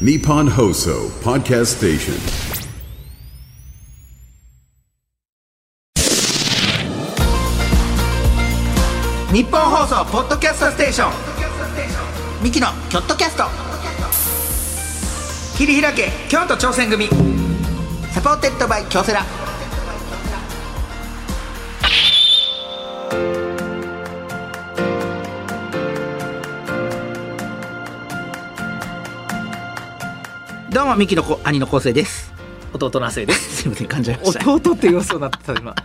Nippon Hoso Podcast Station. 日本放送ポッドキャストステーションミキのキョットキャスト切り開け京都挑戦組サポーテッドバイ京セラどうもミキの子兄の昴生です弟の亜生です。すいません感じました弟って言おうそうだった今。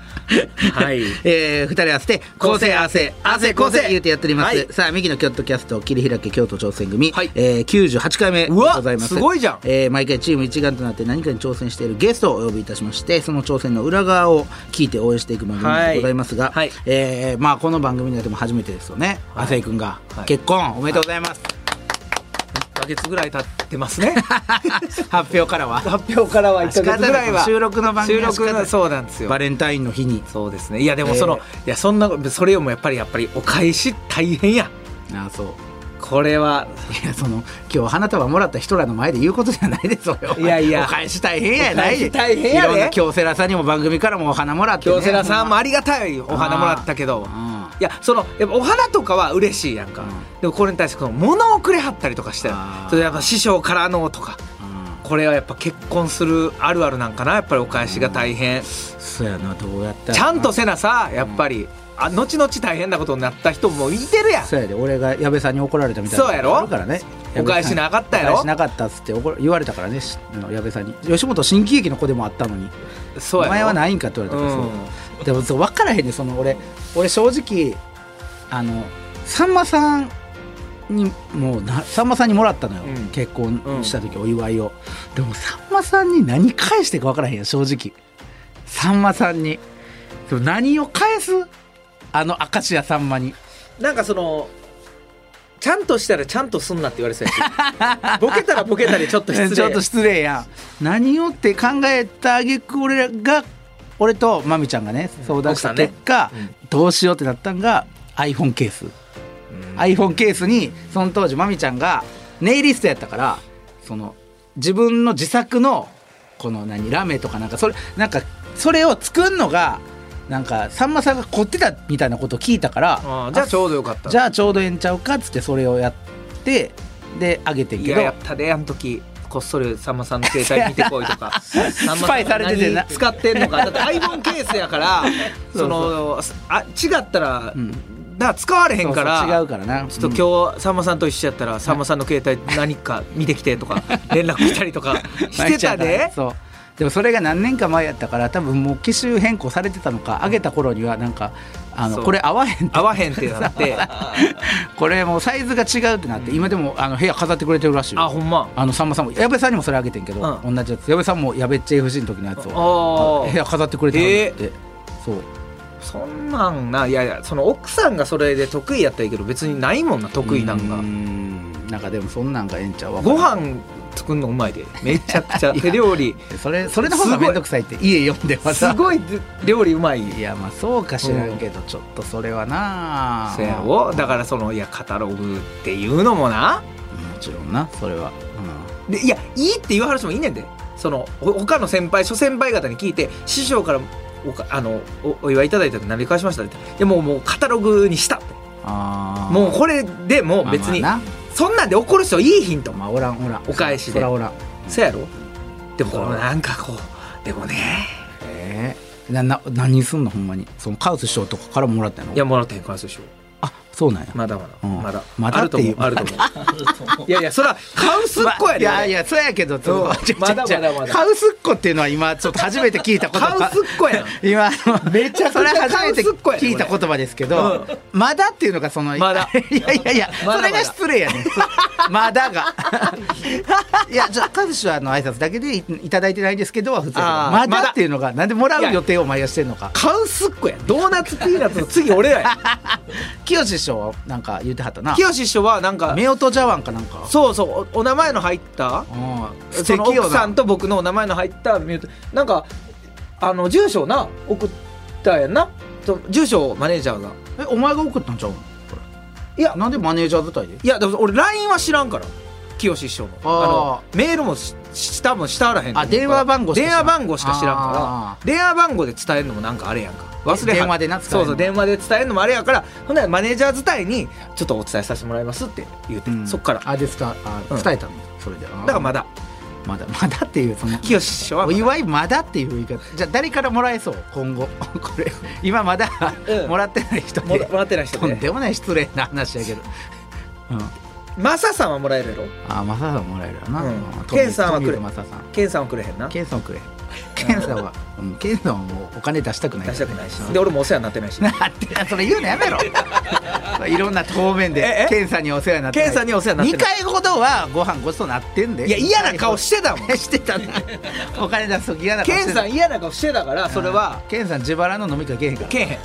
はい。 えー、二人合わせて「構成合わせ汗構成」構成言うてやっております、はいさあミキの京都キャスト切り開け京都挑戦組、はいえー、98回目でうわございますすごいじゃんえー毎回チーム一丸となって何かに挑戦しているゲストをお呼びいたしましてその挑戦の裏側を聞いて応援していく番組でございますが、はいはいえーまあ、この番組にはでも初めてですよね亜生、君が、はい結婚おめでとうございます、 1ヶ月ぐらい経ってますね。 発表からは発表からは1ヶ月ぐら仕方いは。ない収録の番組収は仕方録ないのそうなんですよバ。レンタインの日にそうですね。いやでもその、いやそんなそれよりもやっぱりやっぱりお返し大変や。ああそうこれは。いやその今日花束もらった人らの前で言うことじゃないですよいやいやお返し大変やないお返し大変やいでろんな京セラさんにも番組からもお花もらって、ね、京セラさんもあありがたいお花もらったけどうん。いやそのやっぱお花とかは嬉しいやんか、うんでもこれに対してこの物をくれはったりとかしてあーそれやっぱ師匠からのとかこれはやっぱ結婚するあるあるなんかなやっぱりお返しが大変、そうやなどうやったらちゃんとせなさやっぱり、あ後々大変なことになった人もいてるやんそうやで俺が矢部さんに怒られたみたいなそうやろあるからねお返しなかったやおろ返しなかったっつって怒ら言われたからねしあの矢部さんに吉本新喜劇の子でもあったのにそうやお前はいないんかって言われたから、うそうんでもそう分からへんねその俺俺正直あのさんまさんにもうなさんまさんにもらったのよ、うん結婚した時お祝いを、でもさんまさんに何返してか分からへんよ正直さんまさんにでも何を返すあの明石家さんまになんかそのちゃんとしたらちゃんとすんなって言われてた やんボケたらボケたりちょっと失礼ちょっと失礼やん何をって考えたあげく俺らが俺とまみちゃんがね相談した奥さんね結果、どうしようってなったんが iPhone ケース、iPhone ケースにその当時まみちゃんがネイリストやったからその自分の自作のこの何ラメとかなんかそれなんかそれを作るのがなんかさんまさんが凝ってたみたいなことを聞いたからあーじゃあちょうどよかったじゃあちょうどええんちゃうかっつってそれをやってであげてんいけやどやったであの時こっそりさんまさんの携 帯見てこいとかさんまスパイされててな何使ってんのかだって iPhone ケースやから そうそのあ違ったら、だから使われへんからそうそう違うからなちょっと今日さんまさんと一緒やったらさんまさんの携帯何か 見てきてとか連絡したりとかしてたでそうでもそれが何年か前やったから多分もう機種変更されてたのか上げた頃にはなんかあのそうこれ合わへん って合わへんってなってあこれもうサイズが違うってなって、今でもあの部屋飾ってくれてるらしいよほんまあのさんまさんも矢部さんにもそれあげてんけど、う同じやつ矢部さんも矢部っち FC の時のやつをあー部屋飾ってくれてはるって、そうそんなんないやいやその奥さんがそれで得意やったらいいけど別にないもんな得意なうんかんなんかでもそんなんがええんちゃうわご飯作るのうまいでめちゃくちゃ手料理それそれの方が面倒くさいって家読んでますたごい料理うまいいやまあそうか知らんけど、ちょっとそれはなそやろだからそのいやカタログっていうのもなもちろんなそれは、でいやいいっていう話もいいねんでそのほ他の先輩諸先輩方に聞いて師匠からおかあのおお祝いいただいたって何で返しましたってでもうもうカタログにしたってああもうこれでもう別に、まあまあそんなんで怒る人いいヒントなまあおらんおらんお返しでそらおらんそやろでもこそうのなんかこうでもねええなな何すんのほんまにそのカウス師匠とかからもらったのいやもらってへんからそうでしょあそうなんや、まだまだ、うんまだまだあっるてとい思ううあると思 ういやいやそれはカウスっ子やで、まいやいやそうやけどちょっとうんちょちょまだちょまだまだカウスっ子っていうのは今ちょっと初めて聞いた言葉カウスっ子やん今めちゃくちゃそれは初めてカウスっ子やね聞いた言葉ですけど「まだ」っていうのがそのまだ いやいやいやまそだまだれが失礼やねまだが いやじゃあカズ氏はあの挨拶だけでいいただいてないんですけどは普通あまーまだだっていうのがなんでもらう予定をお前がしてんのかカウスっ子やんドーナツピーナッツの次俺 らや清志師匠はなんか言ってはったな清志師匠はなんか夫婦茶碗かなんかそうそうおお名前の入ったうん素その敵よ奥さなんと僕のお名前の入ったミュートなんかあの住所をな送ったやんなと住所をマネージャーがえお前が送ったんちゃうのいやなんでマネージャー伝いでいやでも俺 LINE は知らんから清志師匠のあーあのメールもし下も下あらへんとあ思うから電話番号しか知電らん話番号しか知らんあから電話番号で伝えるのもなんかあれやんか忘れは電話でな伝えるのそうそう電話で伝えるのもあれやからほんならマネージャー伝いにちょっとお伝えさせてもらいますって言って、うんそっからだかあですかあうん伝えたの、それでだからまだまだまだっていうその 清志師匠はおまだ祝いまだっていう言い方じゃあ誰からもらえそう今後 これ今まだ、うんもらってない人もでらもらってない人とんででもない失礼な話やけど、うん、あマサさんはもらえるやろあマサさんもらえるよな、うんうんケンさんはくれ富田正さんケンさんはくれへんなケンさんはくれケンさんは、うん、ケンさんはもうお金出したくない出したくないしうんで俺もお世話になってないしなって それ言うのやめ ろいろんな当面えでえケンさんにお世話になって ケンさんにお世話になって2回ほどはご飯ごちそうなってんでいや嫌な顔してたもん してたなお金出す時嫌な顔 ケしンてたさん嫌な顔してたからそれはケンさん自腹の飲み会けえへんからけえへん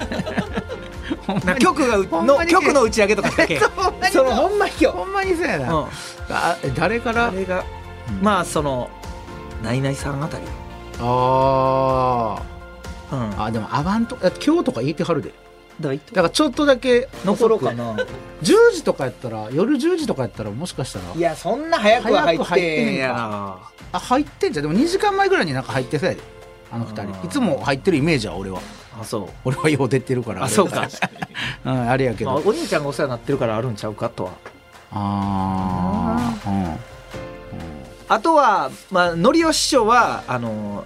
ほんまなに局がうほんまのにけえへん 局の打ち上げとかしかけえへんほんまに そのほんま卑怯ほんまにそうやな、うんあえ誰からあれがうんまあそのナイナイさんあたりあうんーあでもアバンと今日とか言ってはるでだだからちょっとだけ残ろうかな10時とかやったら夜10時とかやったらもしかしたらいやそんな早くは入早く入っっててへんんやあ入ってんじゃんでも2時間前ぐらいになんか入ってそうやであのあ2人ーいつも入ってるイメージは俺は あそう俺はよう出てるからあそう か、うん、あれやけまあ、どお兄ちゃんがお世話になってるからあるんちゃうかとはああうんあとはまあのりお師匠はあの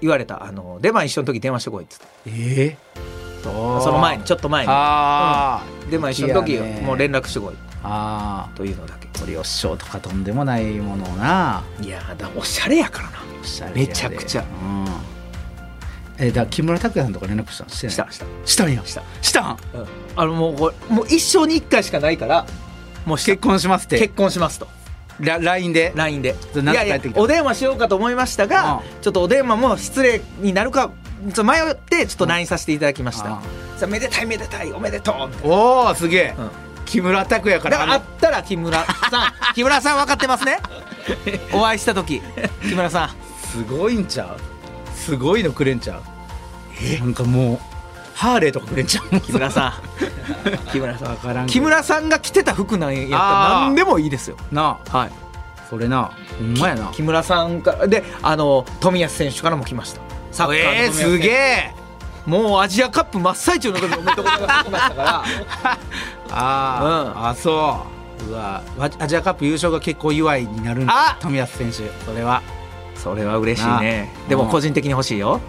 言われたあの出番一緒の時電話してこいっつってええその前にちょっと前にあー、出番一緒のい時やねもう連絡してこいあというのだけあ鳥吉賞とかとんでもないものをないやーだおしゃれやからなおしゃれやでめちゃくちゃうんえだから木村拓哉さんとか連絡したんしてないしたした、したんやしたしたんうんあのもうこれもう一生に一回しかないからもう結結婚しますって結婚しますとラ LINE で LINE でそれいなんやてい返やってきたお電話しようかと思いましたが、うちょっとお電話も失礼になるかちょっと迷ってちょっと LINE させていただきまうしんたあ、さあめでたいめでたいおめでとうみたいおおすげえ、な、うん木村拓哉かだらからあったら木村さん木村さん分かってます ねお会いした時木村さんすごいんちゃうすごいのくれんちゃうなんかもうハーレーとかくれんちゃ う木村さん木村さわからんんけど木村さんが着てた服なんやったらあー何でもいいですよなはいあそれなほんまやな木村さんからであの冨安選手からも来ましたサッカーのえー、冨安選手すげえもうアジアカップ真っ最中の時におめでとうございますって来ましたからあー、うあそううわわアジアカップ優勝が結構祝いになるんあだ冨安選手それは それは嬉しいねなあでうもん個人的に欲しい よ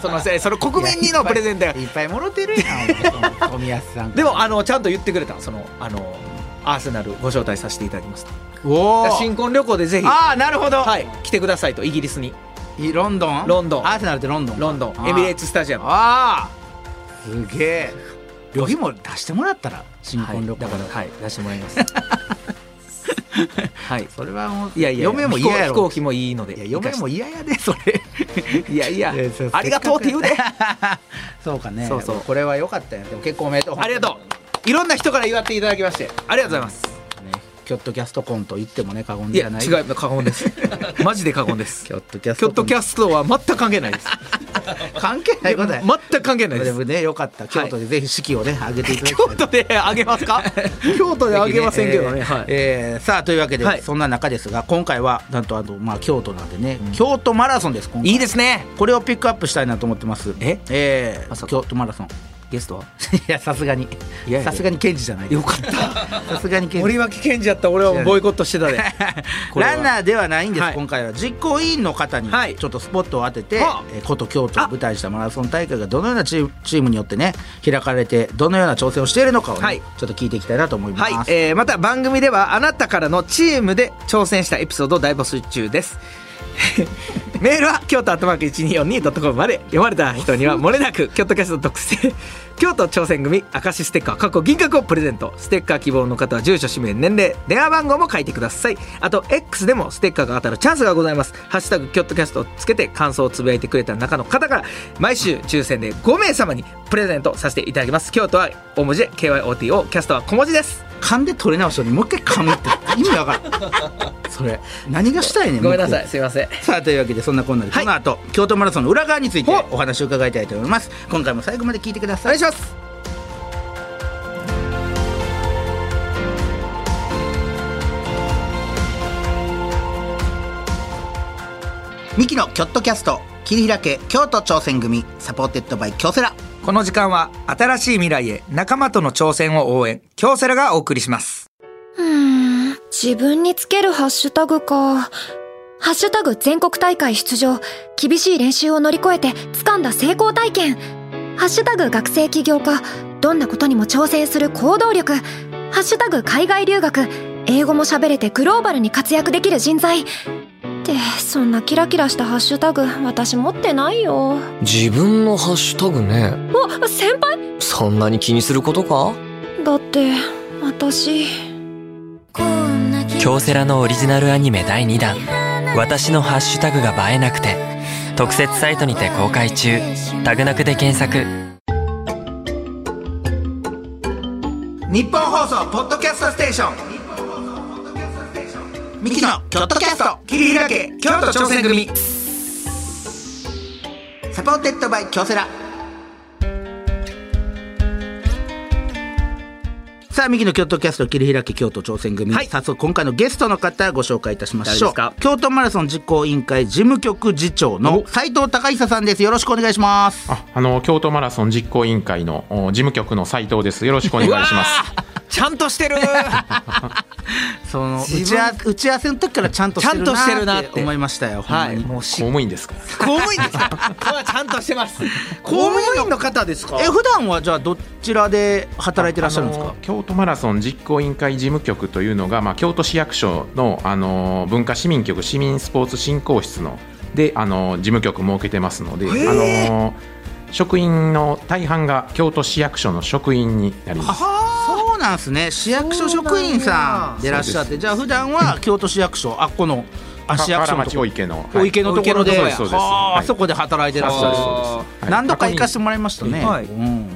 そのせそれ国民にのプレゼントやいっぱいもろてるやんお前 その冨安さんでもあのちゃんと言ってくれたそのあのアーセナルご招待させていただきましたおお新婚旅行でぜひああなるほど、はい来てくださいとイギリスにい、ロンドンロンドンアーセナルってロンドンロンドあンーエミレーツスタジアムああすげえ旅費も出してもらったら新はい婚旅行だからはい出してもらいますはいそれ はもういやいや嫁も嫌や飛行飛ろ行機もいいのでいや嫁もい嫌やでそれ いやいやいやそうありがとうって言うでそうかねそうそうこれは良かったよでも結構おめでとうありがとういろんな人から祝っていただきましてありがとうございますう、ね、キョットキャストコンと言ってもね過言いでやはない違う過言です マジで過言ですキョットキャスキョトットキャストは全く関係ないですト関係ないことや全く関係ないでですもね良かった京都でぜひ式をね上げていただきたい京都であげます か京都であげませんけどね、えーはいえーさあというわけで、はいそんな中ですが今回はなんとあの、まあ、京都なんでね、京都マラソンです今回いいですねこれをピックアップしたいなと思ってますええーまさか京都マラ ソンゲストはいやさすがにいやいやさすがにケンジじゃないよかった さすがにケンジ森脇健児やったら俺はもうボイコットし てたでこれはランナーではないんです、はい今回は実行委員の方にはいちょっとスポットを当てて、はあえー古都京都を舞台にしたマラソン大会がどのようなチームチームによってね開かれてどのような調整をしているのかをね、はいちょっと聞いていきたいなと思います、はい、えーまた番組ではあなたからのチームで挑戦したエピソードを大募集中です メールは京都アットマーク 1242.com まで読まれた人にはもれなく京都キャスト特製京都挑戦組明石ステッカー過去銀閣をプレゼントステッカー希望の方は住所氏名年齢電話番号も書いてくださいあと X でもステッカーが当たるチャンスがございます「ハッシュタグ京都キャスト」をつけて感想をつぶやいてくれた中の方から毎週抽選で5名様にプレゼントさせていただきます京都は大文字で KYOTO キャストは小文字です噛んで取れ直したのにもう一回噛むって意味わからんそれ何がしたいねごめんなさい向こすいませんうさあというわけでそんなこんなで、はいこの後京都マラソンの裏側についてほっお話を伺いたいと思います今回も最後まで聞いてくださいお願いします「ミキのキョットキャスト切り開け京都挑戦組サポーテッドバイ京セラこの時間は新しい未来へ仲間との挑戦を応援京セラがお送りしますうーん自分につけるハッシュタグか。ハッシュタグ全国大会出場。厳しい練習を乗り越えて掴んだ成功体験。ハッシュタグ学生起業家。どんなことにも挑戦する行動力。ハッシュタグ海外留学。英語も喋れてグローバルに活躍できる人材。って、そんなキラキラしたハッシュタグ、私持ってないよ。自分のハッシュタグねあ、先輩そんなに気にすることかだって、私。京セラのオリジナルアニメ第2弾「私のハッシュタグが映えなくて」特設サイトにて公開中タグなくで検索日本放送ポッドキャストステーションミキのキョットキャスト切り開け京都挑戦組サポーテッドバイ京セラさあ右の京都キャスト切り開き京都挑戦組、はい早速今回のゲストの方ご紹介いたしましょう誰ですか京都マラソン実行委員会事務局次長の斉藤隆久さんですよろしくお願いしますあ、あの京都マラソン実行委員会のお事務局の斉藤です。よろしくお願いします。ちゃんとしてるその打自分ち合わ打ち合わせの時からちゃんとしてるちゃんとしてるななっってて思いましたよ、はほいんまにもう公し務員ですから。公務員ですかはちゃんとしてます公務員の方ですかえ普段はじゃあどちらで働いてらっしゃるんですあかの京都マラソン実行委員会事務局というのが、まあ、京都市役所の、あの文化市民局市民スポーツ振興室ので、あの事務局設けてますので、あの職員の大半が京都市役所の職員になります。そうなんですね市役所職員さんでらっしゃってじゃあ普段は京都市役所あっこのあか市役所のと河原町こお池の、お池のところで、そうはですあそうですはいあそこで働いてらっしゃる、そうですそうです何度か行かせててもらいましたね、はいうん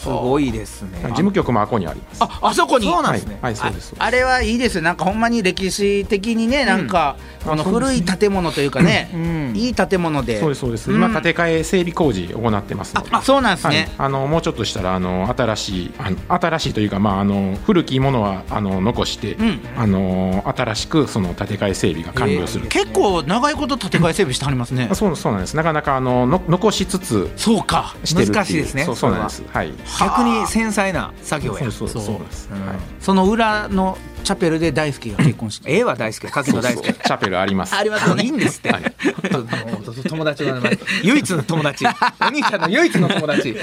すごいですね事務局もあこにあります。ああそこにそうなんはでいすね、はい、そうです。そうですあれはいいですよなんかほんまに歴史的にねなんか、この古い建物というかね、んいい建物でそうですそうです、うん今建て替え整備工事行ってますのであそうなんですね、はい、あのもうちょっとしたらあの新しいあの新しいというか、まあ、あの古きものはあの残して、んあの新しくその建て替え整備が完了する、結構長いこと建て替え整備してはりますねあそうそうなんですなかなかあのの残しつつそうかしてるっていう難しいですねそうそうなんですはい逆に繊細な作業そやうそうそうそうなんです、はいその裏のチャペルで大輔が結婚 して絵は大好き和樹そうはそ大う好きチャペルありま すありますよねいいんですって、はい友達の名前唯一の友達 お兄ちゃんの唯一の友達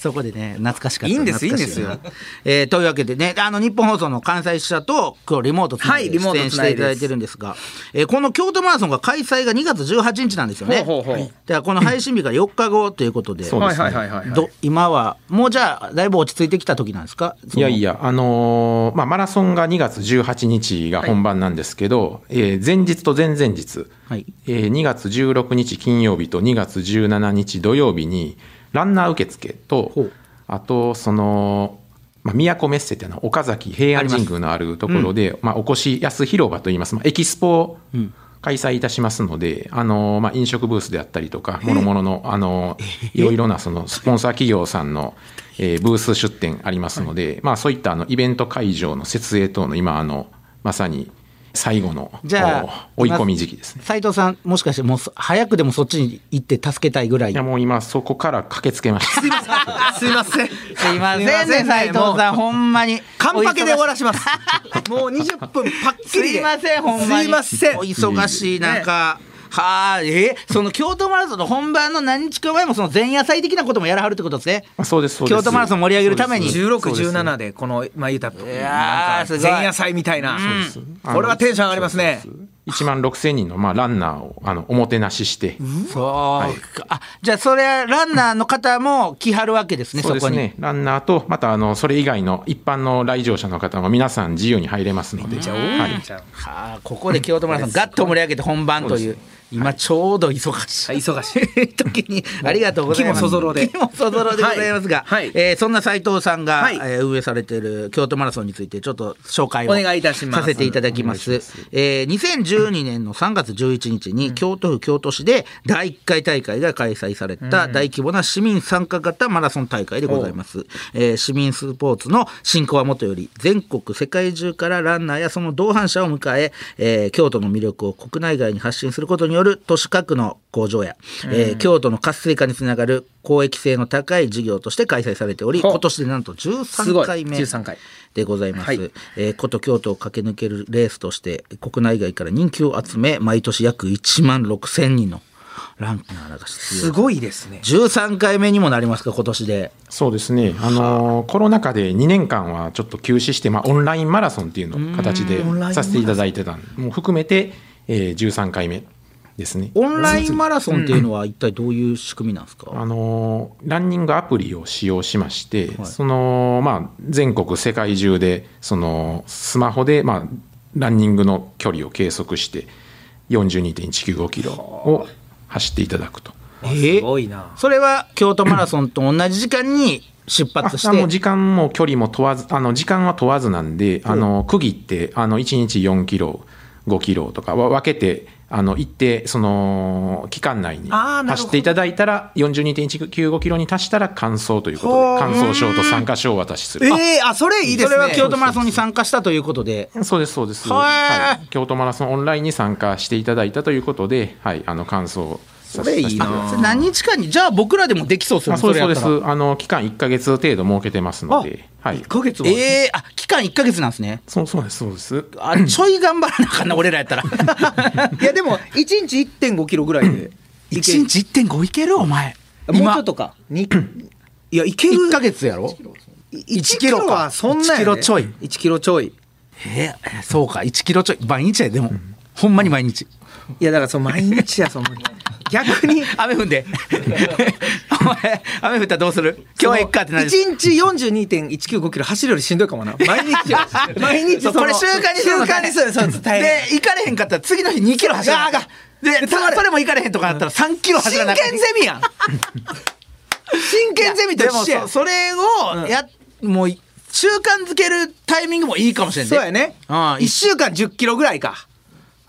そこでね懐かしかったいいんです懐かしないいんですよ、えーというわけでねあの日本放送の関西支社と今日リモートつなはいいでリモー出ト演つしなていいでただいすてるんですが、えーこの京都マラソンが開催が2月18日なんですよねほうほうほうだからこの配信日が4日後ということでそうですねいはいど今はもうじゃあだいぶ落ち着いてきた時なんですかそいのやいや、あのーまあ、マラソンが2月18日が本番なんですけど、えー前日と前々日、はいえー2月16日金曜日と2月17日土曜日に、ランナー受付とほう、あと、その、まあ、都メッセっていうのは岡崎平安神宮のあるところで、まあ、お越しやす広場といいます、まあ、エキスポを開催いたしますので、あのーまあ、飲食ブースであったりとか、もろもろの、あのーいろいろなそのスポンサー企業さんの、えーブース出店ありますので、まあ、そういったあのイベント会場の設営等の今あの、まさに最後のじゃあお追い込み時期ですね。斉藤さんもしかしてもうそ早くでもそっちに行って助けたいぐらいいやもう今そこから駆けつけ ました。 すいませんすすいませんね斉藤さんほんまにカンパケで終わらし しますもう20分パッキリですいませんほんまにすいませんお忙しい中、はあえその京都マラソンの本番の何日か前もその前夜祭的なこともやらはるってことですねあそうですそうです京都マラソン盛り上げるために1617でこのまあ言うたらやーなんすかごい前夜祭みたいなこれはテンション上がりますね1万6000人のまあランナーをあのおもてなしして、そうかあじゃあそれはランナーの方も来はるわけですねそうそでこすに、ね、ランナーと、またあのそれ以外の一般の来場者の方も皆さん自由に入れますので、はいはあここで京都マラソンガッと盛り上げて本番という今ちょうど忙しい忙しい時にありがとうございます。気もそぞろで気もそぞろでございますが、はいはいえーそんな斉藤さんが、はいえー運営されている京都マラソンについてちょっと紹介をお願いいたしますさせていただきます。えー2012年の3月11日に京都府京都市で第1回大会が開催された大規模な市民参加型マラソン大会でございます。えー市民スポーツの振興はもとより全国世界中からランナーやその同伴者を迎ええー京都の魅力を国内外に発信することによりよる都市核の工場や、えー京都の活性化につながる公益性の高い事業として開催されておりほう今年でなんとす13ごい回目13回でございます、はいえー古都京都を駆け抜けるレースとして国内外から人気を集め毎年約1万6,000人のランナーが出す場ごいですね。 13回目にもなりますか今年でそうですね、あのーコロナ禍で2年間はちょっと休止して、まあ、オンラインマラソンっていうのを形でさせていただいてたんもう含めて、えー13回目ですね。オンラインマラソンっていうのは一体どういう仕組みなんですか、あのーランニングアプリを使用しまして、そのまあ、全国、世界中でそのスマホで、まあ、ランニングの距離を計測して42.195キロを走っていただくと。えすごいな。それは京都マラソンと同じ時間に出あ発しあもうて時間も距離も問わずあの時間は問わずなんで、あの区切ってあの1日4キロ5キロとかは分けてあの行ってその期間内にあーなるほど走っていただいたら42.195キロに達したら完走ということで完走証と参加証をお渡しする。ええあ、それいいですそね。れは京都マラソンに参加したということでそうですそうです、はーはい、京都マラソンオンラインに参加していただいたということで、はい、あの完走させさせていただきますそれ何日間にじゃあ僕らでもできそうですよあねそうですそうれやっでたらすあの期間1か月程度設けてますので、はい、 1ヶ月は。ええあ期間1か月なんですねそうそうですそうですあちょい頑張らなあかんな俺らやったらいやでも一日1.5キロぐらい1で日1.5いけるお前もうちょっとか。にいやいける。 1か月やろ1キロはそんなん1キやで。ロちょい1キロちょい。えーそうか1キロちょい毎日やでも、ほんまに毎日いやだからその毎日やその 逆に。雨降んでお前雨降ったらどうする今日は行っかってなる1日42.195キロ走るよりしんどいかもな。毎日 よ毎日そうそこのれ習慣にするの習慣にするそうそう大変で行かれへんかったら次の日2キロ走るあがでそそれも行かれへんとかなったら3キロ走らなあかん真剣ゼミやん真剣ゼミと一緒でやもそそれをや、もう習慣づけるタイミングもいいかもしれんねそうやねうん1週間1 0キロぐらいか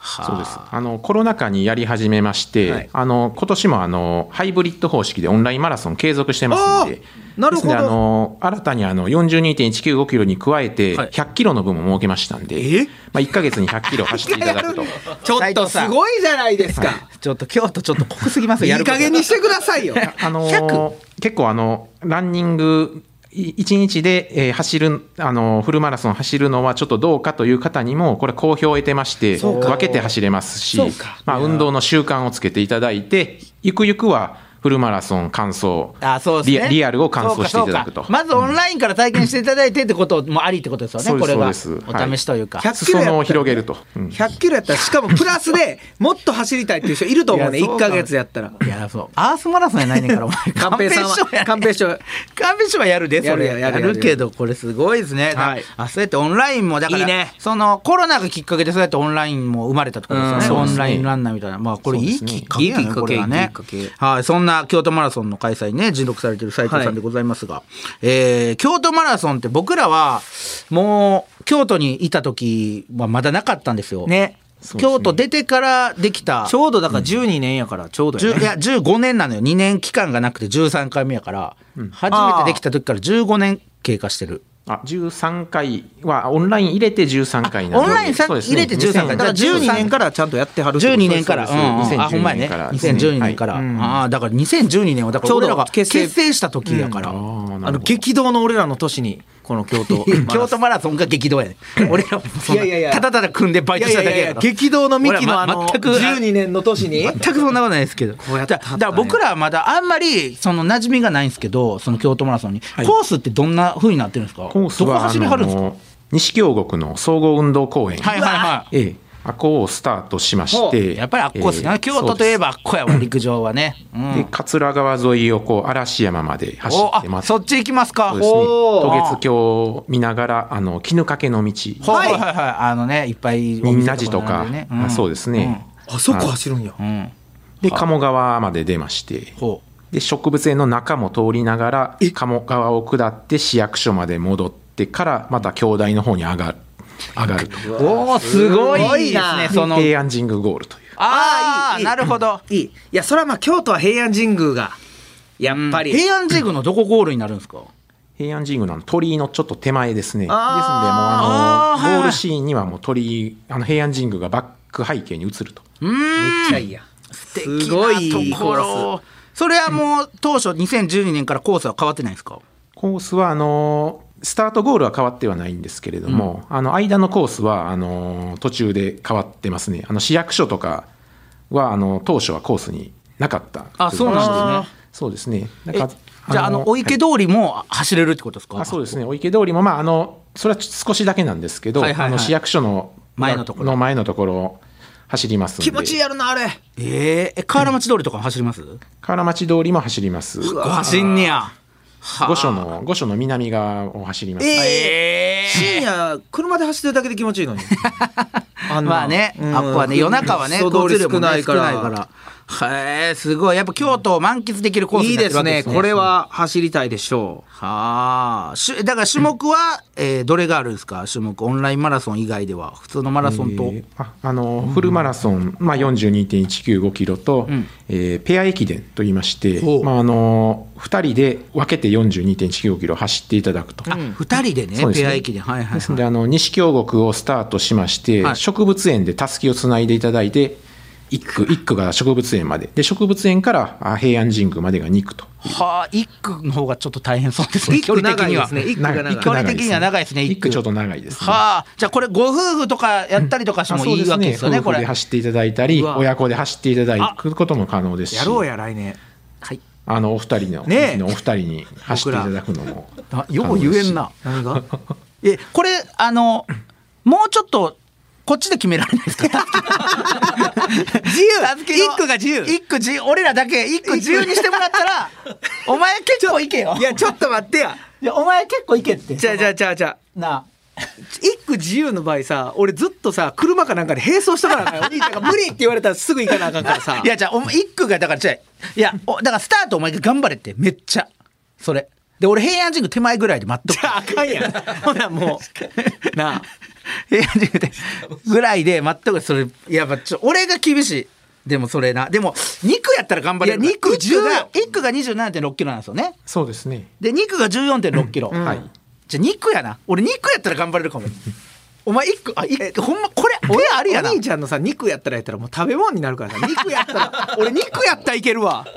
そうですあのコロナ禍にやり始めまして、はいあの今年もあのハイブリッド方式でオンラインマラソン継続してますのであーなるほどですのであの新たにあの42.195キロに加えて100キロの分も設けましたんで、まあ、1か月に100キロ走っていただ くとちょっとすごいじゃないですか ちょっと京都ちょっと濃すぎますいよい加減にしてくださいよあの結構あのランニング1日で、えー走るあのフルマラソン走るのはちょっとどうかという方にもこれ好評を得てまして分けて走れますしそうか、まあ、運動の習慣をつけていただいてゆくゆくはフルマラソン完走あそうですリねアリアルを完走していそただくうかそうとかまずオンラインから体験していただいてってこともありってことですよね、そうでこすれはそうですはいお試しというか、 100キロ裾やったら野を広げると、うん100キロやったらしかもプラス でもっと走りたいっていう人いると思うねいやそ1うかヶ月やったらいやそうアースマラソンやないねん からお前寛平さんは寛寛平平師匠師や匠 寛平師匠はやるでそれやるやるやるやるけどこれすごいですね、はいあそうやってオンラインもだからいいねそのコロナがきっかけでそうやってオンラインも生まれたってことですよね,、うんそうオですねンラインランナーみたいなまあこれいいそうですきねっかけやねいいきっかけこれはねいいきっかけはい、そんな京都マラソンの開催ね尽力されてる斉藤さんでございますが、えー京都マラソンって僕らはもう京都にいた時はまだなかったんですよ、ね京都出てからできたちょうどだから12年やからちょうどじゅやいねや15年なのよ2年期間がなくて13回目やから、初めてできた時から15年経過してるあ13回はオンライン入れて13回なのあでオンラインさそうですね入れて13回だから12年からちゃんとやってはるってこと12年から、そうですうんうんあ2012ほんまやね年から2012年から、ああだから2012年はだから俺らがちょうど結成結成した時やから、あの激動の俺らの都市にこの 京都 京都マラソンが激動やね俺らもそんないやいやいやただただ組んでバイいトやしたいやだけいややから激動の幹のあ俺のは全く12年の年に全くそんなことないですけどうやって立っただねから僕らはまだあんまりその馴染みがないんですけどその京都マラソンに、コースってどんな風になってるんですかコースどこはあ走りはるんですかの西京極の総合運動公園、はいはいはいええ、あこをスタートしましほうてやっぱりあっこですね、ええ京都といえばあっこやわ陸上はね、うそうですん、で桂川沿いをこう嵐山まで走おってあますそっち行きますかそうですねおー渡月橋を見ながらあの絹かけの道ほうはいはいはいあのねいっぱいお仁店和寺とか並んでねあそうですね、あそこ走るんやうん、うんで鴨川まで出ましてほうで植物園の中も通りながら鴨川を下って市役所まで戻ってからまた京大の方に上がる上がるとおーすごすごいいですなねその平安神宮ゴールというあああーいいいいなるほどいいいやそれはまあ京都は平安神宮がやっぱり、平安神宮のどこゴールになるんですか平安神宮のあの鳥居のちょっと手前ですね。ですので、もうあああーの、ゴールシーンにはもう鳥居、あの平安神宮がバック背景に映ると。めっちゃいいやん素敵なところそれはもう当初2012年からコースは変わってないですかコースはあのースタートゴールは変わってはないんですけれども、あの間のコースはあのー途中で変わってますねあの市役所とかはあの当初はコースになかったあそうなんですねそうですねなんえかじゃああのお池通りも走れるってことですかあそうですね、お池通りも、まあ、あのそれは少しだけなんですけど、はいはいはいあの市役所の前のところ前のところを走りますんで、気持ちいいやるなあれえー、え河原町通りとかも走ります河原町通りも走ります、ご走んねやはあ御所の御所の南側を走ります、えー深夜車で走ってるだけで気持ちいいのにあんなまあね、うんあっこはね、夜中はね、人通り交通量もね少ないからへえ、すごい。やっぱ京都を満喫できるコースいにいなっでてるわすけねこれ。は走りたいでしょうはあ、しゅだから種目は、えーどれがあるんですか種目、オンラインマラソン以外では、普通のマラソンと。えーああのフルマラソン、まあ、42.195キロと、えーペア駅伝といいまして、ほうまあ、あの2人で分けて42.195キロ走っていただくと。二人でね、そうですペねア駅で、はい はい、ですのはであの西京極をスタートしまして、はい植物園でたすきをつないでいただいて一区一区が植物園までで植物園からあ平安神宮までが2区とい。はあ、一区の方がちょっと大変そうですね。一区長いですね距離的に一区が長い距離的には長いですね。一一区区ちょっと長いですねはあ、じゃあこれご夫婦とかやったりとかしてあもそういいわけですよね、夫こ婦れ。で走っていただいたりうわ親子で走っていただくことも可能ですしやろうや来年はい。あのお二人の、ねえお二人に走っていただくのもあよう言えんな。何がえこれあのもうちょっとこっちで決められないですか自由一区が自由一区自由俺らだけ一区自由にしてもらったらお前結構いけよいやちょっと待ってやいやお前結構いけってじゃあじゃあじゃあじゃあな一区自由の場合さ俺ずっとさ車かなんかで並走しとかな あかんよお兄ちゃんが無理って言われたらすぐ行かなあかんからさあいやじゃあお前一区がだからじゃあいやおだからスタートお前が頑張れってめっちゃそれで俺平安神宮手前ぐらいで待っとくじゃああかんやんほなもうなあ平安神宮でぐらいで待っとくそれやっぱちょ俺が厳しいでもそれなでも2区やったら頑張れるからいや二区一が重1区が27.6キロなんですよねそうですねで2区が14.6キロ、はいじゃあ2区やな俺2区やったら頑張れるかもお前1区あ一区ほんまこれ俺ありやなお兄ちゃんのさ肉やったらやったらもう食べ物になるからさ肉やったら俺肉やったらいけるわ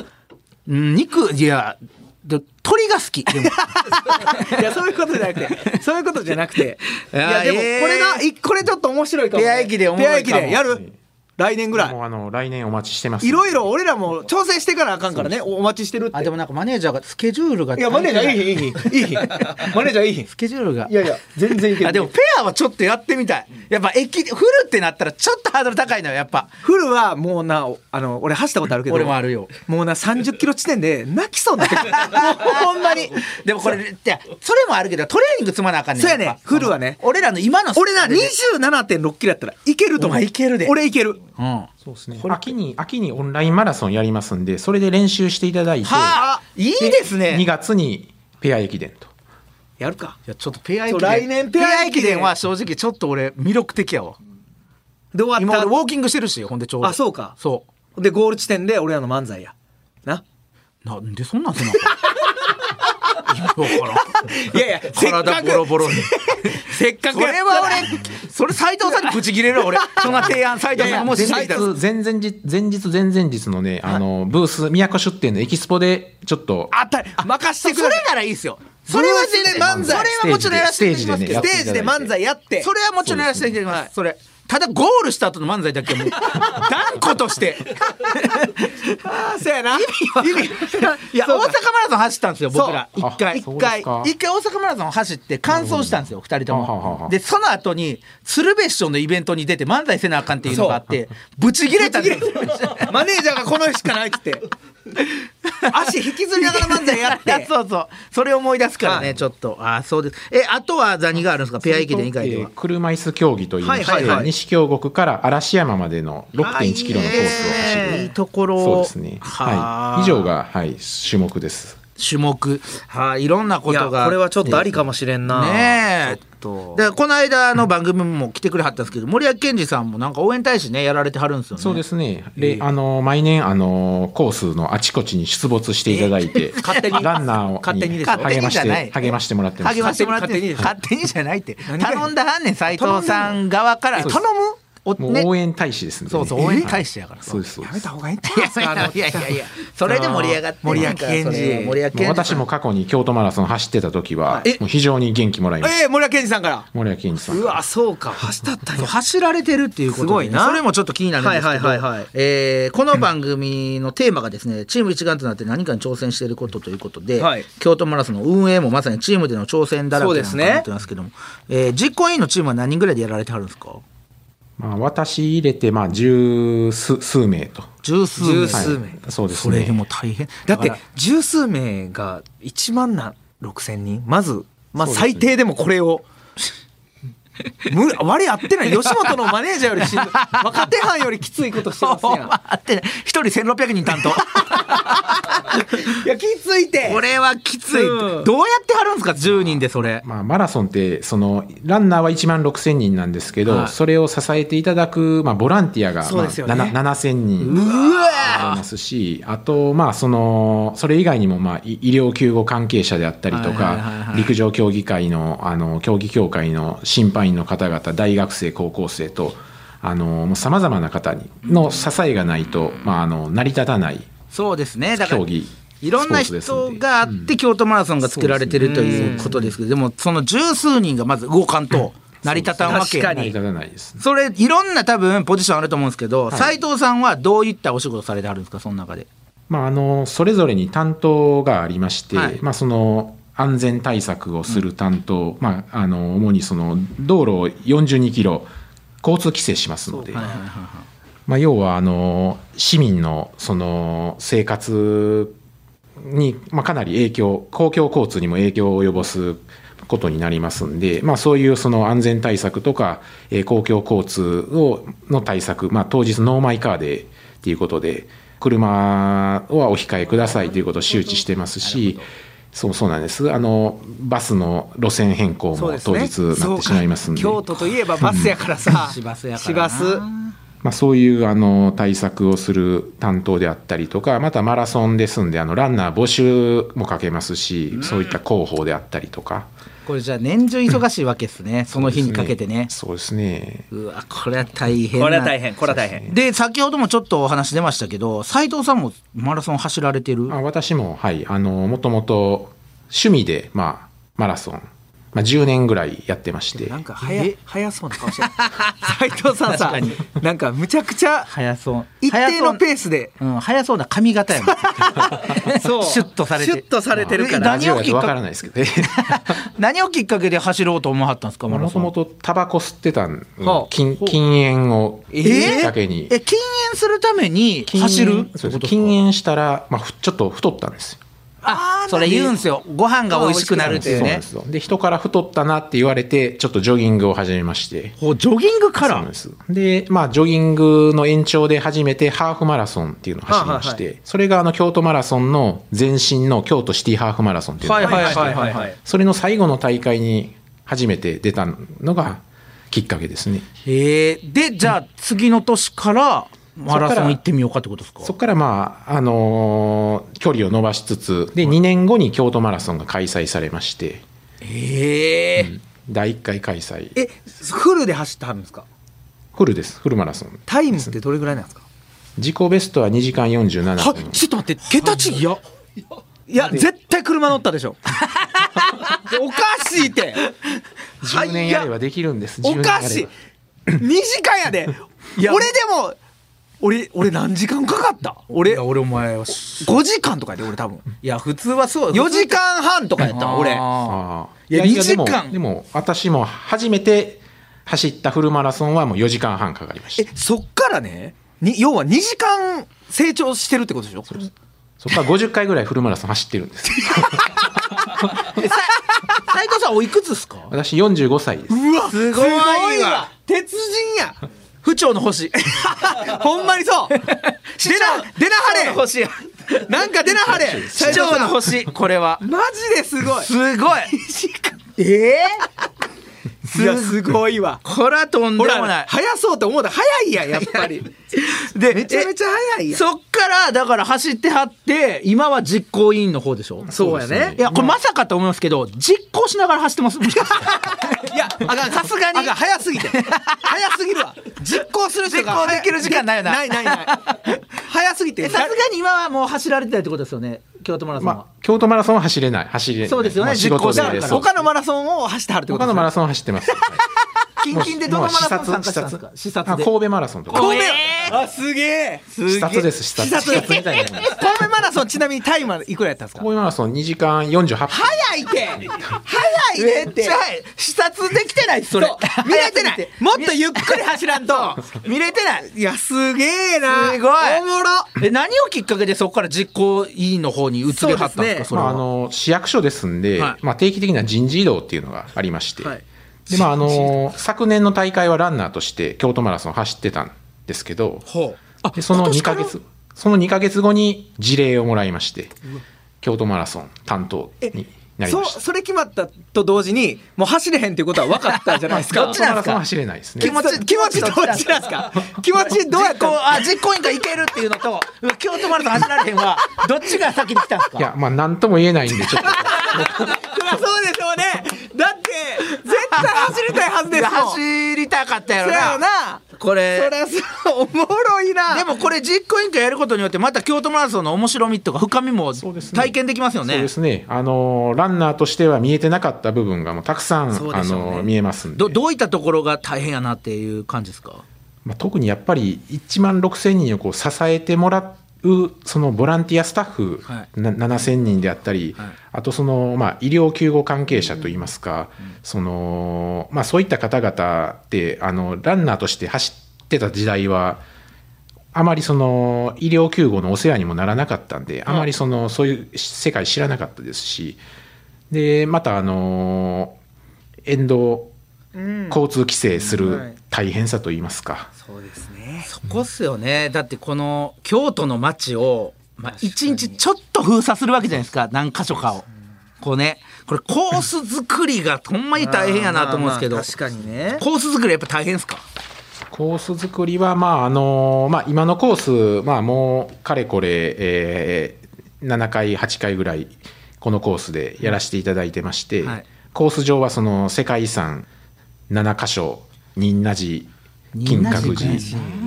うん肉いやで鳥が好きでもいやそういうことじゃなくてそういうことじゃなくていいややでもえーこれな、いこれちょっと面白いかも、ね、ペア駅伝おもろいかもペア駅伝やる来年ぐらもういあの来年お待ちしてますいろいろ俺らも挑戦してからあかんからねおお待ちしてるってあでもなんかマネージャーがスケジュールがいやマネージャーいいい日いい日いい 日マネージャーいい日スケジュールがいやいや全然いけるあでもペアはちょっとやってみたいやっぱ駅フルってなったらちょっとハードル高いのよやっぱフルはもうなあの俺走ったことあるけど俺もあるよもうな30キロ地点で泣きそうになってくる もうほんまにでもこれいやそれもあるけどトレーニング積まなあかんねんそうやねっぱフルはね俺らの今の俺なでね27.6キロやったらいけると思おう前いけるで俺いけるうんそうですね秋に秋にオンラインマラソンやりますんでそれで練習していただいて、はあいいですね2月にペア駅伝とやるかいやちょっとペア駅そう伝来年ペア駅伝は正直ちょっと俺魅力的やわで終今わっ俺ウたォーキングしてるしほんでちょうどあそうかそでゴール地点で俺らの漫才やなうなんでそんなん せなあかん意味わからんいやいや せっか体くボロボロにせっかそくやったれは俺それ斎藤さんにブチ切れるわ俺そんな提案斎藤さんがもしして前きたら日前々日前日前々日のねあのブース宮古出店のエキスポでちょっとあったり任そせれてくださいならいいですよそれは全然漫才それはもちろんやらせていただきますけどステージでねやってステージで漫才やってそれはもちろんやらせていただきます。それ。ただゴールした後の漫才だけはもう断固として。あそうやな意 味いや大阪マラソン走ったんですよ僕らそう一回あ一そうです回一回か大阪マラソン走って完走したんですよ二人とはあはあはもあでその後に鶴瓶師匠のイベントに出て漫才せなあかんっていうのがあってブチギレたんですよマネージャーがこの日しかないっつって足引きずりながら漫才やっ てそうそうそれ思い出すからはねちょっとあそうですえあとは何があるんですかペア駅伝以外でえはー車椅子競技といいまして、はいはいはい西京極から嵐山までの6.1キロのコースを走る、あいいねいいところをそうですね、はあはい、以上が、はい、種目です種目はいいろんなことがちょっとありかもしれんなねえちょっとだからこの間あの番組も来てくれはったんですけど森脇健児さんもなんか応援大使ねやられてはるんですよねそうですね、であの毎年あの、コースのあちこちに出没していただい て、勝手にランナーを勝手にでしょ励ま勝手にじしゃないて励ましてもらってます。励ましてもらって勝手に勝手にじゃないって何が頼んだはんねん斎藤さん側から頼むむおもねう応援大使ですね。そうそう応援大使やから そうですそうやでめすた。方がいいっていやいやいやいやいやそれで盛り上がって森脇健児それは森脇も健う児私も過去に京都マラソン走ってた時はえ、もう非常に元気もらいました。ええ森脇健児さんから森脇健児さん。うわそうか走ったったんそうや走られてるっていうことで、すごいなそれもちょっと気になるんですけど、はいはいはいはいえーこの番組のテーマがですねチ ーム一丸となって何かに挑戦していることということで、はい京都マラソンの運営もまさにチームでの挑戦だらけなのかなと思ってますけども、えー実行委員のチームは何人ぐらいでやられてはるんですかまあ私入れてまあ十数数名と。十数名十数名はいそうですそれでもね。大変だってから十数名が1万な6,000人まず、まあ、そうですね最低でもこれを。無理我合ってない吉本のマネージャーよりし んどい若手班よりきついことしてますやんあってね一人1600人担当 いやきついてこれはきつい、うんどうやってはるんですか10人でそれまあマラソンってそのランナーは1万6,000人なんですけど、はいそれを支えていただくまあボランティアがそうまあですよね7 7,000人。うわありますし、あと、まあ、その、それ以外にも、まあ、い医療救護関係者であったりとはいはいはいはかい、陸上競技会の、あの、競技協会の審判員の方々、大学生、高校生と、あの、もう様々な方に、の支えがないと、まあ、あの、成り立たないそうですねだから競技、いろんなスポーツです人んでがあって京都マラソンが作られてるということですけどでもその十数人がまず動かんと成り立たんわけ確か成りに立たないですね。それいろんな多分ポジションあると思うんですけど斉藤さんはどういったお仕事されてあるんですかその中で。まあ、あのそれぞれに担当がありまして、はいまあ、その安全対策をする担当、まあ、あの主にその道路を42キロ交通規制しますので、まあ、要はあの市民のその生活に、まあ、かなり影響公共交通にも影響を及ぼすことになりますんで、まあ、そういうその安全対策とか、えー公共交通をの対策、まあ、当日ノーマイカーでっていうことで車はお控えくださいということを周知してますし。そうそうなんですあのバスの路線変更も当日なってしまいますんでそうか京都といえばバスやからさ市バスやからな市バスまあ、そういうあの対策をする担当であったりとかまたマラソンですんであのランナー募集もかけますし、そういった広報であったりとかこれじゃあ年中忙しいわけですねその日にかけてね。そうですねうわこれは大変こなれは大変これは大変で先ほどもちょっとお話出ましたけど斉藤さんもマラソン走られてるあ私もはいあのもともと趣味で、まあ、マラソン、まあ、10年ぐらいやってましてなんか早早そうな顔してる斉藤さんさなんかむちゃくちゃ速そう一定のペースでうん、速そうな髪型やもんそうシュッとされてシュッとされてるからえラジオやとわ何かをらないですけどね何をきっかけで走ろうと思わはったんですか マラもソとンもとタバコ吸ってたんはあ禁禁煙をきえっかけにえ禁煙するために禁煙走るそうです禁煙したら、まあ、ふちょっと太ったんですよあそれ言うんすよご飯が美味しくなるっていうそうなんねですよで人から太ったなって言われてちょっとジョギングを始めましてほうジョギングかそうなんらですでまあジョギングの延長で初めてハーフマラソンっていうのを走りまして、はいそれがあの京都マラソンの前身の京都シティハーフマラソンっていうのがありまして、はいはいはいはいはいそれの最後の大会に初めて出たのがきっかけですねえー、でじゃあ次の年からマラソン行ってみようかってことですかそこからまああのー距離を伸ばしつつで2年後に京都マラソンが開催されましてええー第1回開催えフルで走ってはるんですかフルですフルマラソンタイムってどれぐらいなんですか自己ベストは2時間47は分ちょっと待って桁違いいやいや絶対車乗ったでしょ おかしいって10年やればできるんです。お10年やかればしい2時間やで俺でも俺俺何時間かかったい俺や俺お前はし5時間とかやで俺多分いや普通はそう4時間半とかやったわ俺あああいやで2時間もでも私も初めて走ったフルマラソンはもう4時間半かかりましえた。そっからねに要は2時間成長してるってことでしょそこから50回ぐらいフルマラソン走ってるんです。ー斉藤さんおいくつですか私45歳です。うわすごいわ鉄人や不調の星 ほんまに そう出な出な市長のは星やれなんか出なはれ市長の星これはマジですごいすごいええいやすごいわこれはとんでほもらない速そうと思うたら早いやんやっぱりでめちゃめちゃ速いえやんそっからだから走ってはって今は実行委員の方でしょそうやねいやこれまさかと思いますけど実行しながら走ってますもしかしていやあかんさすがにあかん早すぎて早すぎるわ実行する人が実行できる時間ないよなないない ない早すぎてえさすがに今はもう走られてたいってことですよね京都マラソンは、まあ、京都マラソンは走れない走れないそうですよねまあ仕事実行者だかでらそう他のマラソンを走ってはるってこと他のマラソンは走ってます、はい近々でどのマラソン参加したんですかもう視視察察であ神戸マラソンとか神戸あすげえ視察です視察視察視察みたい なもんです神戸マラソンちなみにタイムはいくらやったんですか神戸マラソン2時間48分早いて早いねってめっちゃ早い視察できてないそれそう見れてないもっとゆっくり走らんと見れてないいやすげえなすごいおもろえ何をきっかけでそこから実行委員の方に移りはったんですそうかでそすねれまあ、は、あの市役所ですんで、はいまあ、定期的な人事異動っていうのがありまして、はいでまあ、あの昨年の大会はランナーとして京都マラソン走ってたんですけどほうあでその2ヶ月その2ヶ月後に辞令をもらいまして京都マラソン担当になりそましたそれ決まったと同時にもう走れへんっていうことは分かったじゃない ですかどっちなんマですラソンはか走れないですね気持ち気持ちどっちなんですか気持ちどうやっ実行たあ実行委員会いけるっていうのとうわ京都マラソン走られへんはどっちが先に来たんですかいやまあ何とも言えないんでちょっとそりゃそうですよねだって絶対走りたいはずですもんそ走りたかったやろりゃななこそれりゃそうおもろい なでもこれ実行委員会やることによってまた京都マラソンの面白みとか深みもうですね体験できますよそう ねですねあのランナーとしては見えてなかった部分がもうたくさん、そうであしょうねの見えますんでどどういったところが大変やなっていう感じですかまあ、特にやっぱり1万6000人をこう支えてもらうそのボランティアスタッフ、はいな7000人であったり、あとその、まあ、医療救護関係者といいますか、そのまあ、そういった方々ってあのランナーとして走ってた時代はあまりその医療救護のお世話にもならなかったんであまりそのそういう世界知らなかったですしでまたあの沿道交通規制する大変さといいますか、そこっすよねだってこの京都の街を、まあ、一日ちょっと封鎖するわけじゃないですか何箇所かをこうねこれコース作りがほんまに大変やなと思うんですけど、まあまあ確かにねコース作りやっぱ大変ですかコース作りは、まああのまあ、今のコース、まあ、もうかれこれ、えー7回、8回ぐらい、このコースでやらせていただいてまして、はいコース上はその世界遺産7箇所、仁和寺、金閣寺。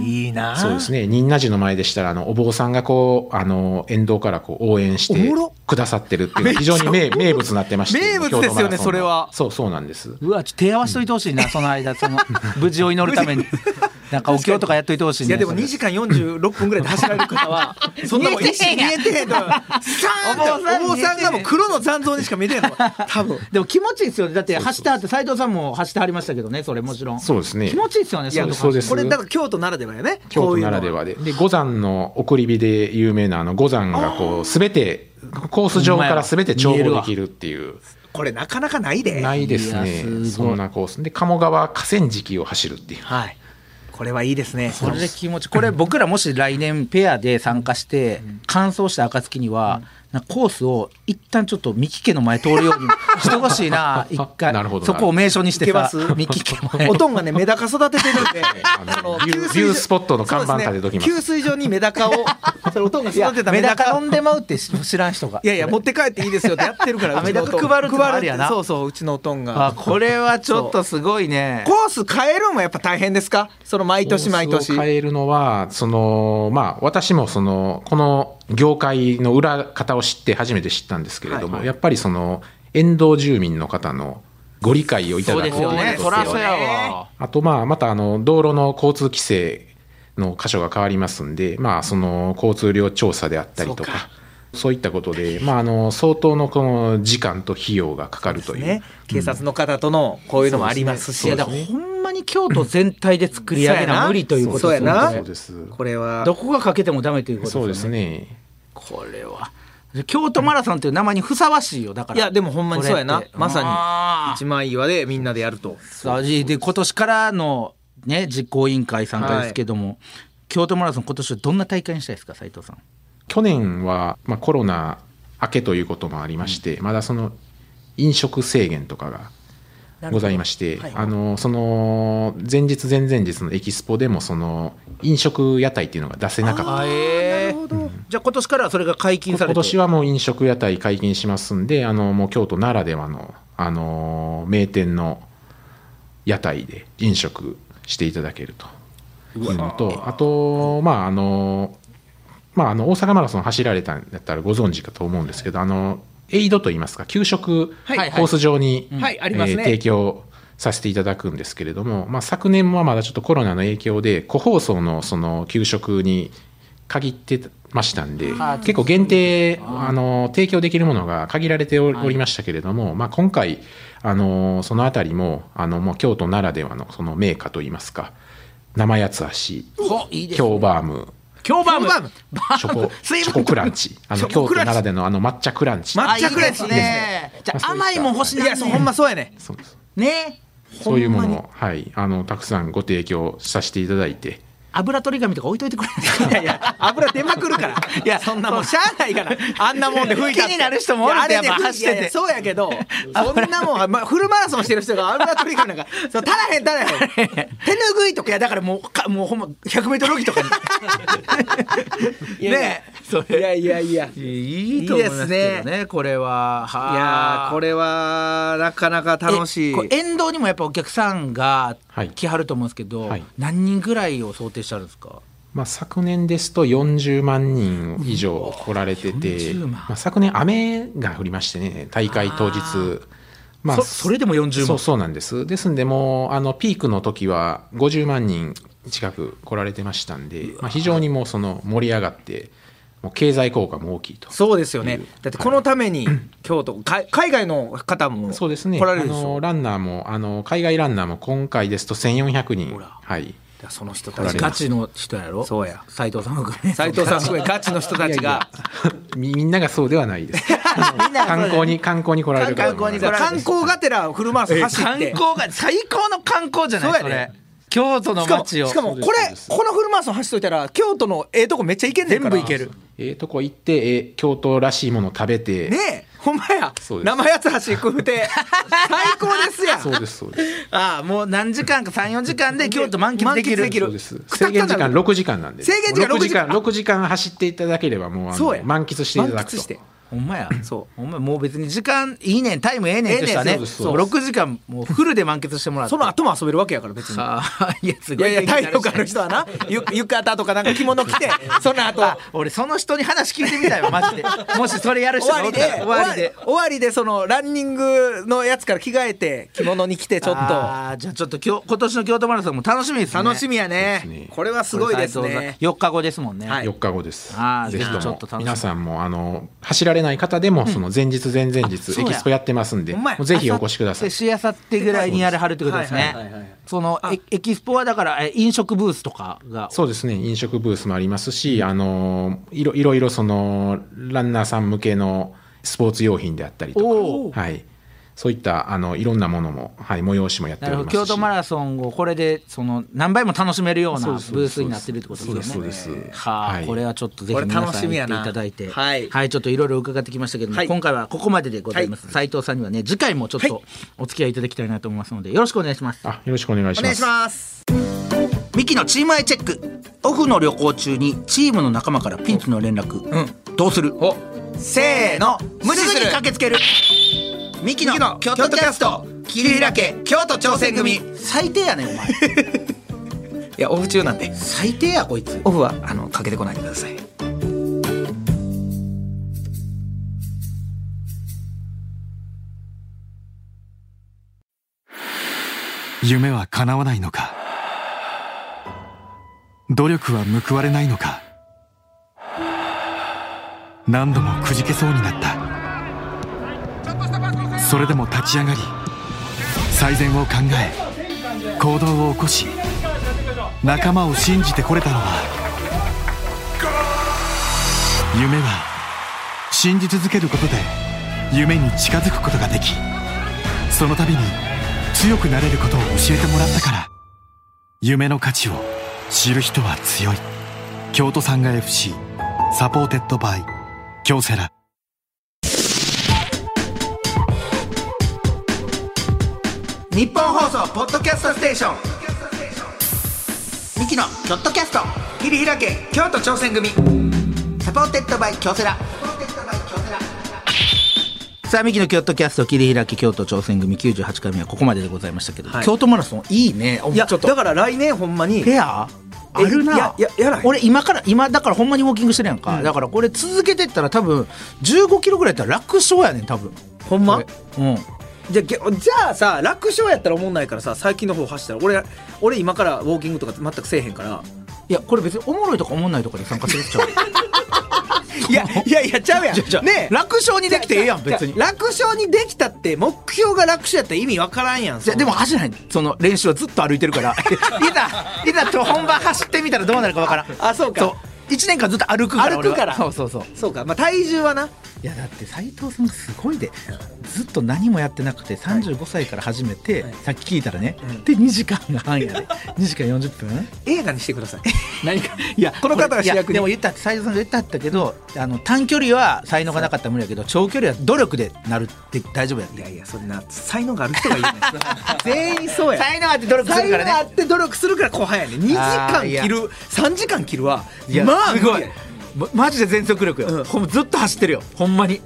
いいなそうですね仁和寺の前でしたらあのお坊さんがこうあの沿道からこう応援してくださってるっていうのが非常に名名物になってまし名て物ですよね京都マラソンのそれはそうそうなんですうわちょっと手合わしといてほしいな、その間その無事を祈るた めになんかお経とかやっといてほしいねいやでもそれ2時間46分ぐらいで走られる方はそんなもん見え一てへ瞬ん見やんえてへんとスカーンっておお坊さん坊さんがもう黒の残像にしか見えてへんの多分でも気持ちいいですよねだって走ってはって斉藤さんも走ってはりましたけどねそれもちろんそうですね気持ちいいですよねいやの感じそうですこれだから京都ならではやね京都ならではで、で五山の送り火で有名なあの五山がこうすべてコース上からすべて眺望できるっていうこれなかなかないでないですいやすねごいそんなコースで鴨川河川敷を走るっていうはいこれはいいですねこれで気持ちこれ僕らもし来年ペアで参加して完走した暁には、なんかコースを一旦ちょっと三木家の前通るようにしてほしいな一回なるほどそこを名所にしていけさます三木家前おとんがねメダカ育ててるんであのそビのュ給水ー所ビュースポットの看板立てときますそうですね給水所にメダカをそれおとんがいや育てたメメダダカカ飲んでまうって知らん人がいやいや持って帰っていいですよってやってるからあうちのおとんメダカ配るってのもあり配るやっなてそうそううちのおとんがあこれはちょっとすごいねコース変えるんもやっぱ大変ですかその毎年毎コースを年変えるのはそのまあ私もそのこの業界の裏方を知って初めて知ったんですけれども、やっぱりその沿道住民の方のご理解をいたそうだくでとすいうよことねそらそやわあとまあまたあの道路の交通規制の箇所が変わりますんで、まあ、その交通量調査であったりとかそういったことで、まあ、あの相当のこの時間と費用がかかるというね警察の方とのこういうのもありますしいやだからほんまに京都全体で作り上げな無理ということそうやねなそうですこれはどこがかけてもダメということですそようねですねこれは京都マラソンという名前にふさわしいよだからいやでもほんまにそうやなこれってまさあに一枚岩でみんなでやるとーさあで今年からのね実行委員会参加ですけども、京都マラソン今年はどんな大会にしたいですか斉藤さん去年は、まあ、コロナ明けということもありまして、まだその飲食制限とかがございまして、はいあのその前日前々日のエキスポでもその飲食屋台っていうのが出せなかったあえーじゃあ今年からはそれが解禁されて今年はもう飲食屋台解禁しますんであのもう京都ならではの、あのー名店の屋台で飲食していただけるというのとあとまああのーまあ、あの大阪マラソン走られたんだったらご存知かと思うんですけどあのエイドといいますか給食コはいはいース上に、はいありますね提供させていただくんですけれども、まあ、昨年はまだちょっとコロナの影響で個包装のその給食に限ってましたんで結構限定あの提供できるものが限られておおりましたけれども、まあ、今回あのそのあたりもあのもう京都ならではのその名家といいますか生八つ橋ほいいですね京バーム今日バームチ ョコ、水分チョコクランチ。あの、チョコ京クランチ都ならでのあの抹茶クランチ。抹茶くらいあですねいいねじゃあ甘いもん欲しいいなやそうほんまそうやねそうですねそういうものを、はい、あの、たくさんご提供させていただいて。油取り紙とか置いといてくれないいやいや油出まくるからいやそんなもんしゃあないからあんなもんで吹いたって気になる人もおるっていやあれでやっぱ走ってていやいやそうやけどそんなもん、 まあ、フルマラソンしてる人が油取り組むなんかそう足らへん足らへん手拭いとかいやだからもうかもうほんま 100m ロギとかにね えいやいやいやいいと思いますけどねねこれはいやーこれれはなかなか楽しいこれ沿道にもやっぱお客さんがはい来はると思うんですけど、はい何人ぐらいを想定してあるんですかまあ、昨年ですと40万人以上来られてて、 40万まあ、昨年雨が降りましてね、大会当日。まそそれでも40万そうそうなんです。ですんで、もう、あの、ピークの時は50万人近く来られてましたんで、まあ、非常にもうその盛り上がって、もう経済効果も大きいと。そうですよねだってこのために京都か海外の方もそうですね。来られるでしあょのランナーもあの海外ランナーも今回ですと1400人。らはい。だからその人たらちれがガチの人やろそうや斉藤さんも含め斉藤さんすごいガチの人たちが みみんながそうではない です。観光に観光に来られる方も観光がてらフルマラソン走観って光が最高の観光じゃないそうやそでれ京都のしかも街をしかもこそうれですこのフルマラソン走っといたら京都のええとこめっちゃ行けんねんから全部行けるええとこ行って、ええ京都らしいもの食べて。ねえほんまやそうです生八つ橋行くふて最高ですやんそうですそうです。ああもう何時間か34時間で京都満喫できる満喫できるそうです制限時間6時間なんで。制限時間もう6時間6時間走っていただければもうあそうのや満喫していただくと。満喫してほんまやそうほんまもう別に時間いいねんタイムええねんとしたええねねんそう6時間もうフルで満喫してもらってその後も遊べるわけやから別にああ いやすいごやいいや体力ある人はなゆ浴衣とかなんか着物着 てその後あ俺その人に話聞いてみたいわマ ジでもしそれやる終人わがおりったでら終わりで終わりでそのランニングのやつから着替えて着物に着てちょっとああじゃあちょっと今日今年の京都マラソンも楽しみですね楽しみやねそうですねこれはすごいです斉藤さんね4日後ですもんね、はい4日後ですあー。ぜひじゃあちとょっと楽しもみ皆さんもあの走られない方でもその前日前々日そうやエキスポやってますんで、ほんまやもうぜひお越しくださいあ。しあさってぐらいにやれはるってことですはいはいはいはいねそのエエキスポはだからえ飲食ブースとかがそうですね飲食ブースもありますし、あのいろいろいろそのランナーさん向けのスポーツ用品であったりおとーか、はい、そういったあのいろんなものも、はい、催しもやってなおるりほどますし京都マラソンをこれでその何倍も楽しめるようなそブうですそうーですスになってるってことですよそうでねすそうですはあ、はいこれはちょっとぜひ皆これ楽さしん行みやってないただいてはいちょっといろいろ伺ってきましたけども、はい今回はここまででございますは斉藤さんにはね次回もちょっはとお付き合いいただきたいなと思いますのでよろしくお願いしますあよろしくお願いしお願まいしす。ますミキのチームアイチェックオフの旅行中にチームの仲間からピンチの連絡、どうするせーの無視するけつけるミキの京都キャスト桐平家京都挑戦組最低やねんお前いやオフ中なんで最低やこいつオフはあのかけてこないでください夢は叶わないのか努力は報われないのか何度もくじけそうになったそれでも立ち上がり最善を考え行動を起こし仲間を信じてこれたのは夢は信じ続けることで夢に近づくことができその度に強くなれることを教えてもらったから夢の価値を知る人は強い京都産が FC サポーテッドバイ京セラ日本放送ポッドキャストステーションミキのキョットキャスト切り開け京都挑戦組サポーテッドバイ京セラさあミキの京都キャスト切り開き京都挑戦組98回目はここまででございましたけど、はい京都マラソンいいねおいやちょっとだから来年ほんまにペアあえるないやいややらへん俺今から今だからほんまにウォーキングしてるやんか、だからこれ続けてったら多分15キロぐらいやったら楽勝やねん多分ほんまこれうんじゃあげじゃあさ楽勝やったらおもんないからさ最近の方走ったら俺俺今からウォーキングとか全くせえへんからいやこれ別におもろいとかおもんないとかで参加するっちゃういやいやい やちゃうやんじゃあじゃあねえ楽勝にできてええやんじゃあ別にじゃあ楽勝にできたって目標が楽勝やったら意味わからんやんじゃあでもそんな走らへんその練習はずっと歩いてるから いざいざと本番走ってみたらどうなるかわからんあそうか1年間ずっと歩くから歩くから俺はそうそうそうそうかまあ体重はないやだって斉藤さんがすごいでずっと何もやってなくて35歳から始めて、はいさっき聞いたらね、うんで2時間半や で2時間40分映画にしてく ださい何かいや この方が主役にこれいやでも言ったって斉藤さんが言ったったけどあの短距離は才能がなかったら無理やけど長距離は努力でなるって大丈夫やっていやいやそんな才能がある人がいいね 全員そうや才能あって努力するからね才能あって努力するから後半やね2時あ間ーいや切る3時間切るはいやまあすご無い理やまマジで全速力よ、うんほんまずっと走ってるよほんまに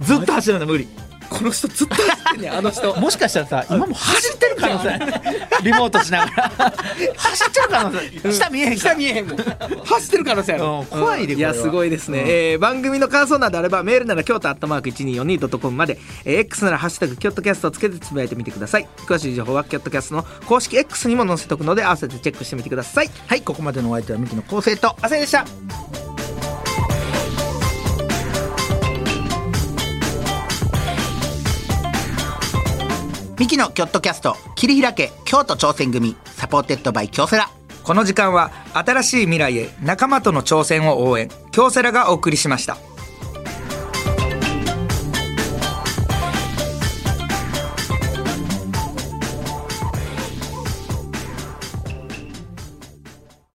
ずっと走るの無理この人ずっと走ってんねんあの人もしかしたらさ今も走ってる可能性ある リモートしながら 走ってる可能性下見えへんから下見えへんもん 走ってるからさやろうん怖いでいやこれはすごいですね、えー番組の感想などあればメールなら京都アットマーク 1242.com まで、えー X なら「ハッシュタグ京都キャスト」をつけてつぶやいてみてください詳しい情報は京都キャストの公式 X にも載せとくので合わせてチェックしてみてくださいはいここまでのお相手はミキの構成とあせでしたミキのキョットキャスト切り開け京都挑戦組サポーテッドバイ京セラこの時間は新しい未来へ仲間との挑戦を応援京セラがお送りしました